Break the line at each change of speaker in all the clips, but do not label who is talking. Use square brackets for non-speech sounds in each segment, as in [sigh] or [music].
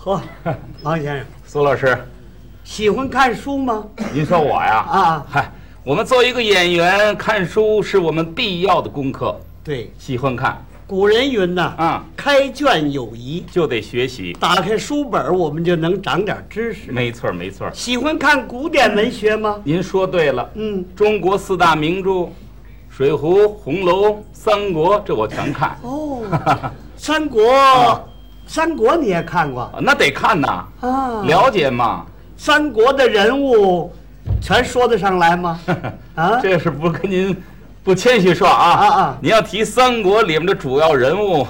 嚯，王先生
苏老师，
喜欢看书吗？
您说我呀？
啊
嗨，我们做一个演员，看书是我们必要的功课，
对，
喜欢看
古人云呐，
啊，
开卷有益，
就得学习。
打开书本儿我们就能长点知识。
没错儿，没错儿。
喜欢看古典文学吗？
您说对了，
嗯，
中国四大名著，《水浒》《红楼》《三国》，这我全看。
哦，三国，
啊
三国你也看过
[laughs] 那得看呐，
啊？
了解嘛。
三国的人物，全说得上来吗？啊，
[laughs] 这是不跟您不谦虚说啊
啊啊嗯
您要提三国里面的主要人物，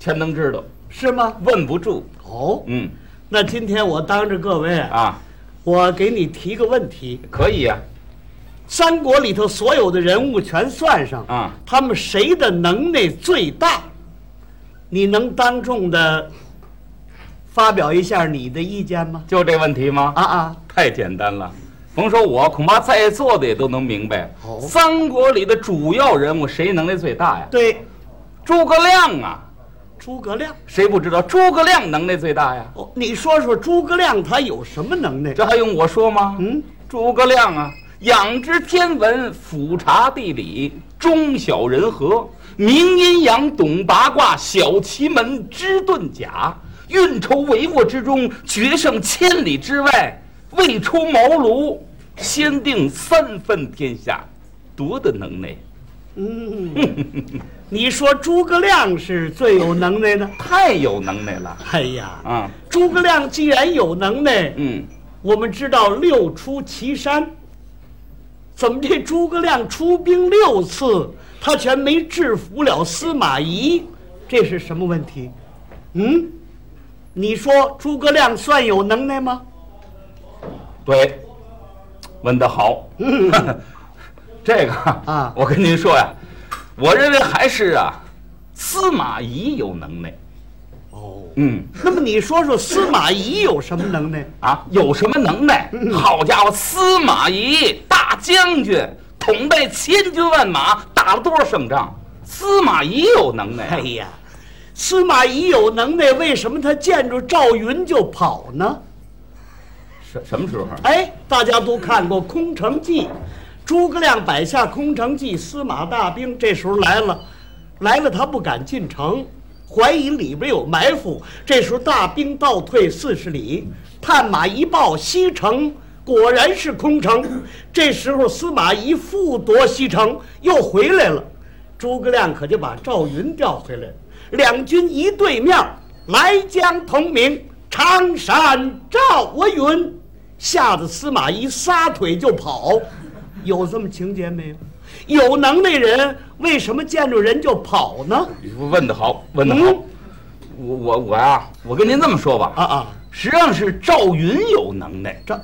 全能知道，
是吗？
问不住。
哦，
嗯
那今天我当着各位，
啊，
我给你提个问题：
可以呀、
三国里头所有的人物全算上，
啊
他们谁的能耐最大？你能当众的发表一下你的意见吗？
就这问题吗？
啊啊，
太简单了，甭说我，恐怕在座的也都能明白。
哦
三国里的主要人物谁能耐最大呀？
对，
诸葛亮啊，
诸葛亮。
谁不知道诸葛亮能耐最大呀？
哦，你说说诸葛亮他有什么能耐？
这还用我说吗？
嗯，
诸葛亮啊，仰知天文，俯察地理，忠晓人和，明阴阳，懂八卦，晓奇门，知遁甲，运筹帷幄之中，决胜千里之外，未出茅庐，先定三分天下，多的能耐！ [laughs]
嗯，你说诸葛亮是最有能耐的？
太有能耐了
哎呀，
啊！
诸葛亮既然有能耐，
嗯，
我们知道六出祁山，怎么这诸葛亮出兵六次，他全没制服了司马懿？这是什么问题？嗯，你说诸葛亮算有能耐吗？
对，问得好。 [laughs] 这个
啊
我跟您说呀，我认为还是啊，司马懿有能耐。
哦，
嗯，
那么你说说司马懿有什么能耐？
啊，有什么能耐？
嗯
好家伙，司马懿大将军，统带千军万马，打了多少胜仗？司马懿有能耐啊、
[laughs] 哎呀，司马懿有能耐，为什么他见着赵云就跑呢？
什什么时候？啊
哎，大家都看过《空城计》，诸葛亮摆下空城计，司马大兵这时候来了，来了他不敢进城，怀疑里边有埋伏。这时候大兵倒退四十里，探马一报，西城果然是空城。这时候司马懿复夺西城，又回来了。诸葛亮可就把赵云调回来了，两军一对面，来将同名，常山赵我云，吓得司马懿撒腿就跑，有这么情节没有？有能耐人为什么见着人就跑呢？
问得好，问得好。
嗯
我我我呀、我跟您这么说吧，
啊啊，
实际上是赵云有能耐。
赵，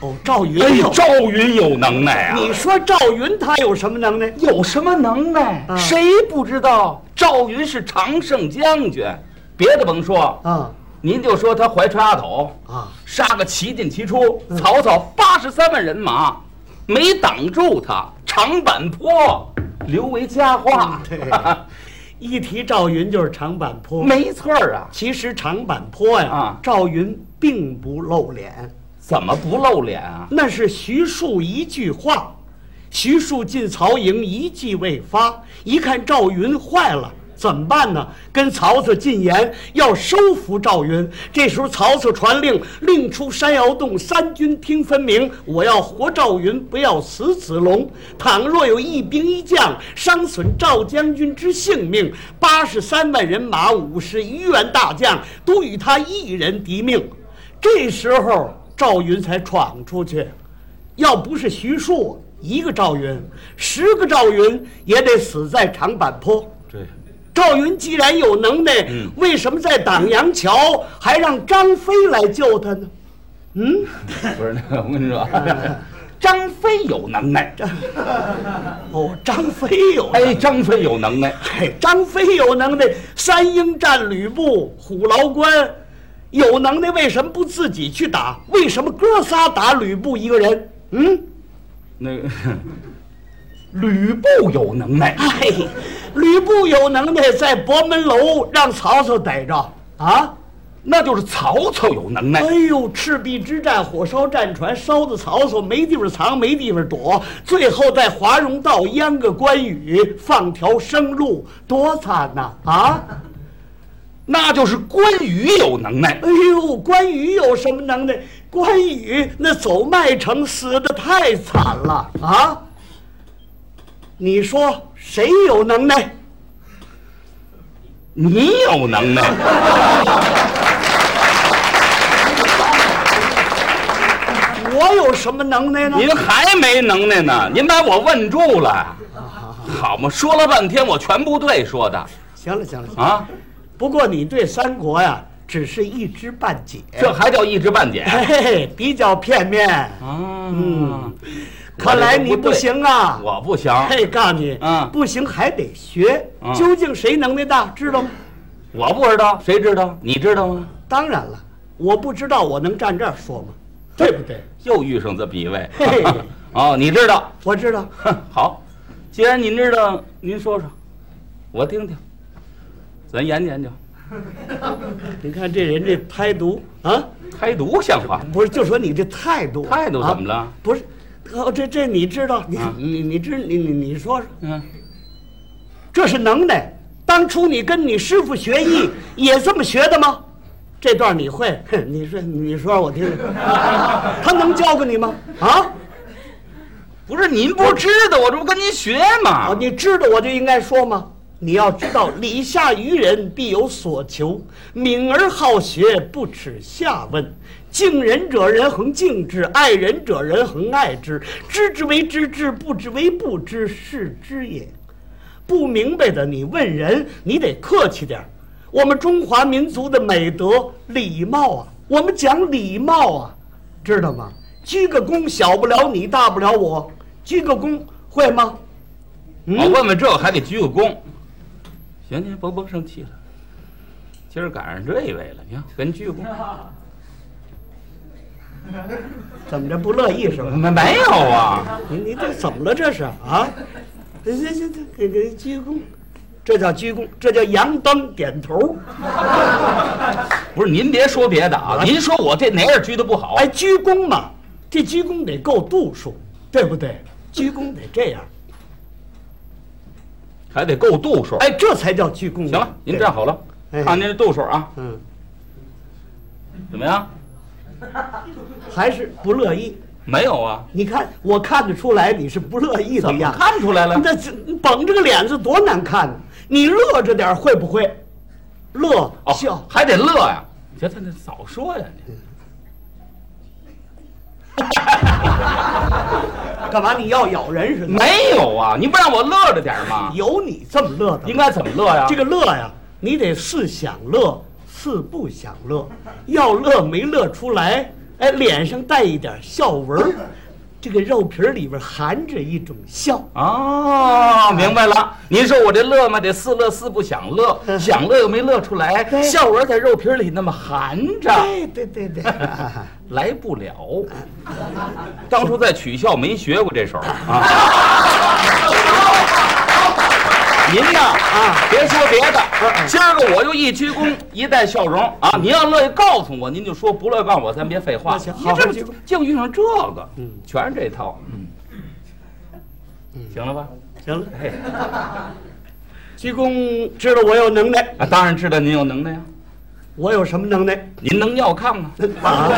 哦，赵云
哎
有，，
赵云有能耐啊！
你说赵云他有什么能耐？
有什么能耐？
啊
谁不知道赵云是常胜将军？别的甭说，
啊
您就说他怀春阿斗，
啊，嗯
杀个七进七出，曹操八十三万人马，没挡住他，长坂坡留为佳话。
嗯对一提赵云就是长坂坡。
[laughs] 没错儿啊，
其实长坂坡呀，
啊
赵云并不露脸，
怎么不露脸啊？
那是徐庶一句话。徐庶进曹营一计未发，一看赵云坏了，怎么办呢？跟曹操进言要收服赵云。这时候曹操传令，令出山摇洞，三军听分明。我要活赵云，不要死子龙。倘若有一兵一将伤损赵将军之性命，八十三万人马，五十余员大将，都与他一人敌命。这时候赵云才闯出去，要不是徐庶一个赵云，十个赵云也得死在长坂坡。
对，
赵云既然有能耐，为什么在党阳桥还让张飞来救他呢？嗯，
不是， [laughs] 我跟你说，张飞有能耐。
哦，张飞有能
哎，张飞有能耐。
哎，张飞有能耐，三英战吕布、虎牢关，有能耐为什么不自己去打？为什么哥仨打吕布一个人？嗯。
那个 [laughs] 吕布有能
[laughs]
耐，
哎，吕布有能耐在博门楼让曹操逮着啊，
那就是曹操有能耐。
哎呦，赤壁之战，火烧战船，烧的曹操没地方藏，没地方躲，最后在华容道阉个关羽，放条生路，多惨呐、啊！
那就是关羽有能耐。
哎呦，关羽有什么能耐？关羽那走麦城死的太惨了啊！你说谁有能耐？
你有能耐。
我有什么能耐呢？
您还没能耐呢，您把我问住了，好嘛？说了半天，我全不对说的
行了行了行了，
啊，
不过你对三国呀，只是一知半解，
这还叫一知半解
嘿嘿，比较片面。
啊？
嗯，看来你不行啊。
我不行，
嘿，告诉你，
嗯
不行还得学
嗯。
究竟谁能耐大，知道吗？
我不知道，谁知道？你知道吗？
当然了，我不知道，我能站这儿说吗？对不对？
又遇上这么一位
嘿嘿，
哦，你知道，
我知道，
哼，好，既然您知道，您说说，我听听，咱研究研究，
你看这人这拍读啊，
开读像话吗？
不是，就说你这态度，
态度怎么了
啊不是，哦，这这你知道，你
啊
你你知你你你说说，
嗯，
这是能耐。当初你跟你师傅学艺也这么学的吗？这段你会？哼你说你说我听听，他能教给你吗？啊？
不是您不知道，我这不跟您学吗？
啊，你知道我就应该说吗？你要知道，礼下于人必有所求，敏而好学，不耻下问。敬人者人恒敬之，爱人者人恒爱之。知之为知之，不知为不知，是知也。不明白的，你问人，你得客气点儿。我们中华民族的美德礼貌啊，我们讲礼貌啊，知道吗？鞠个躬，小不了你，大不了我。鞠个躬会吗？嗯
我问问这个还得鞠个躬。行，您甭甭生气了，今儿赶上这一位了，你看给您鞠个
[laughs]
躬。
怎么着不乐意是吧？
没没有啊？
你你这怎么了这是啊？这这这这给给鞠躬，这叫鞠躬，这叫扬灯点头。
不是，您别说别的啊，您说我这哪儿鞠的不好？
哎，，鞠躬嘛，这鞠躬得够度数，对不对？鞠躬得这样，
还得够度数。
哎，这才叫鞠躬。
行了，您站好了，
哎
看您这度数啊，
对，嗯，
怎么样？
还是不乐意。
没有啊？
你看，我看得出来你是不乐意的
怎么
样子。
看出来了？
哎那这绷着个脸子多难看呢！你乐着点儿会不会？乐笑
哦，，还得乐呀、你瞧他那早说呀、你
干嘛你要咬人似的？
没有啊？你不让我乐着点儿吗？
有你这么乐的吗
应该怎么乐呀、
这个乐呀，你得似享乐，似不享乐。要乐没乐出来，哎，脸上带一点笑纹儿，这个肉皮儿里边含着一种笑。
啊哦，明白了。
嗯
您说我这乐嘛，得似乐似不想乐，想乐又没乐出来，
对
笑纹在肉皮里那么含着，啊
对啊对对
[laughs]
对，
来不了。当初在取笑没学过这手
[laughs]
啊。您呐啊，别说别的，
嗯
今儿个我就一鞠躬，一带笑容啊。您要乐意告诉我，您就说；不乐意告诉我，咱别废话。
那行嗯
您这
好好
不
鞠躬
净遇上这个，全是这套。行了吧？
行了，
嘿。
鞠躬知道我有能耐，
啊，当然知道您有能耐呀、啊
我有什么能耐？
您能要看吗？
啊，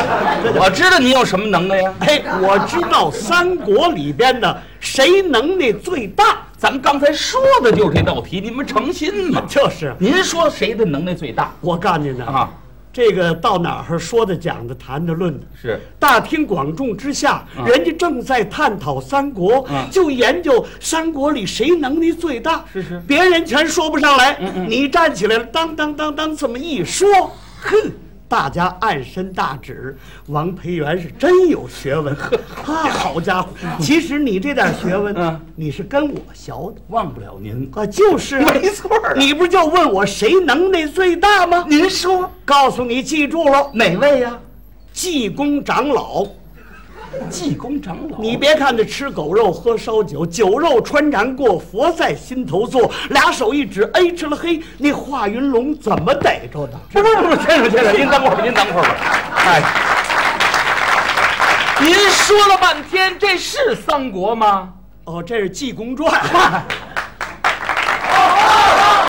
这叫
我知道您有什么能耐呀、啊
嘿，我知道三国里边的谁能耐最大，
咱们刚才说的就是这道题，你们诚心吗？
就是
您说谁的能耐最大
我告诉你呢，
啊？
这个到哪儿说的、讲的、谈的、论的，
是
大庭广众之下，
啊
人家正在探讨三国，
嗯
就研究三国里谁能力最大。
是是嗯
别人全说不上来，你站起来了，当当当当这么一说，哼。大家暗伸大指，王培元是真有学
[laughs]
问，啊，好家伙！其实你这点学问，
嗯
你是跟我学的
忘不了您，
啊，就是啊
没错儿啊
你不就问我谁能耐最大吗？
您说
告诉你，记住了，
哪位呀、
济公长老，
济公长老， [laughs]
你别看他吃狗肉喝烧酒，酒肉穿肠过，佛在心头坐。俩手一指，哎，吃了嘿，那化云龙怎么逮着的？
不不不，先生先生，您等会儿吧，您等会儿吧。哎，您说了半天，这是三国吗？
哦，这是《济公传》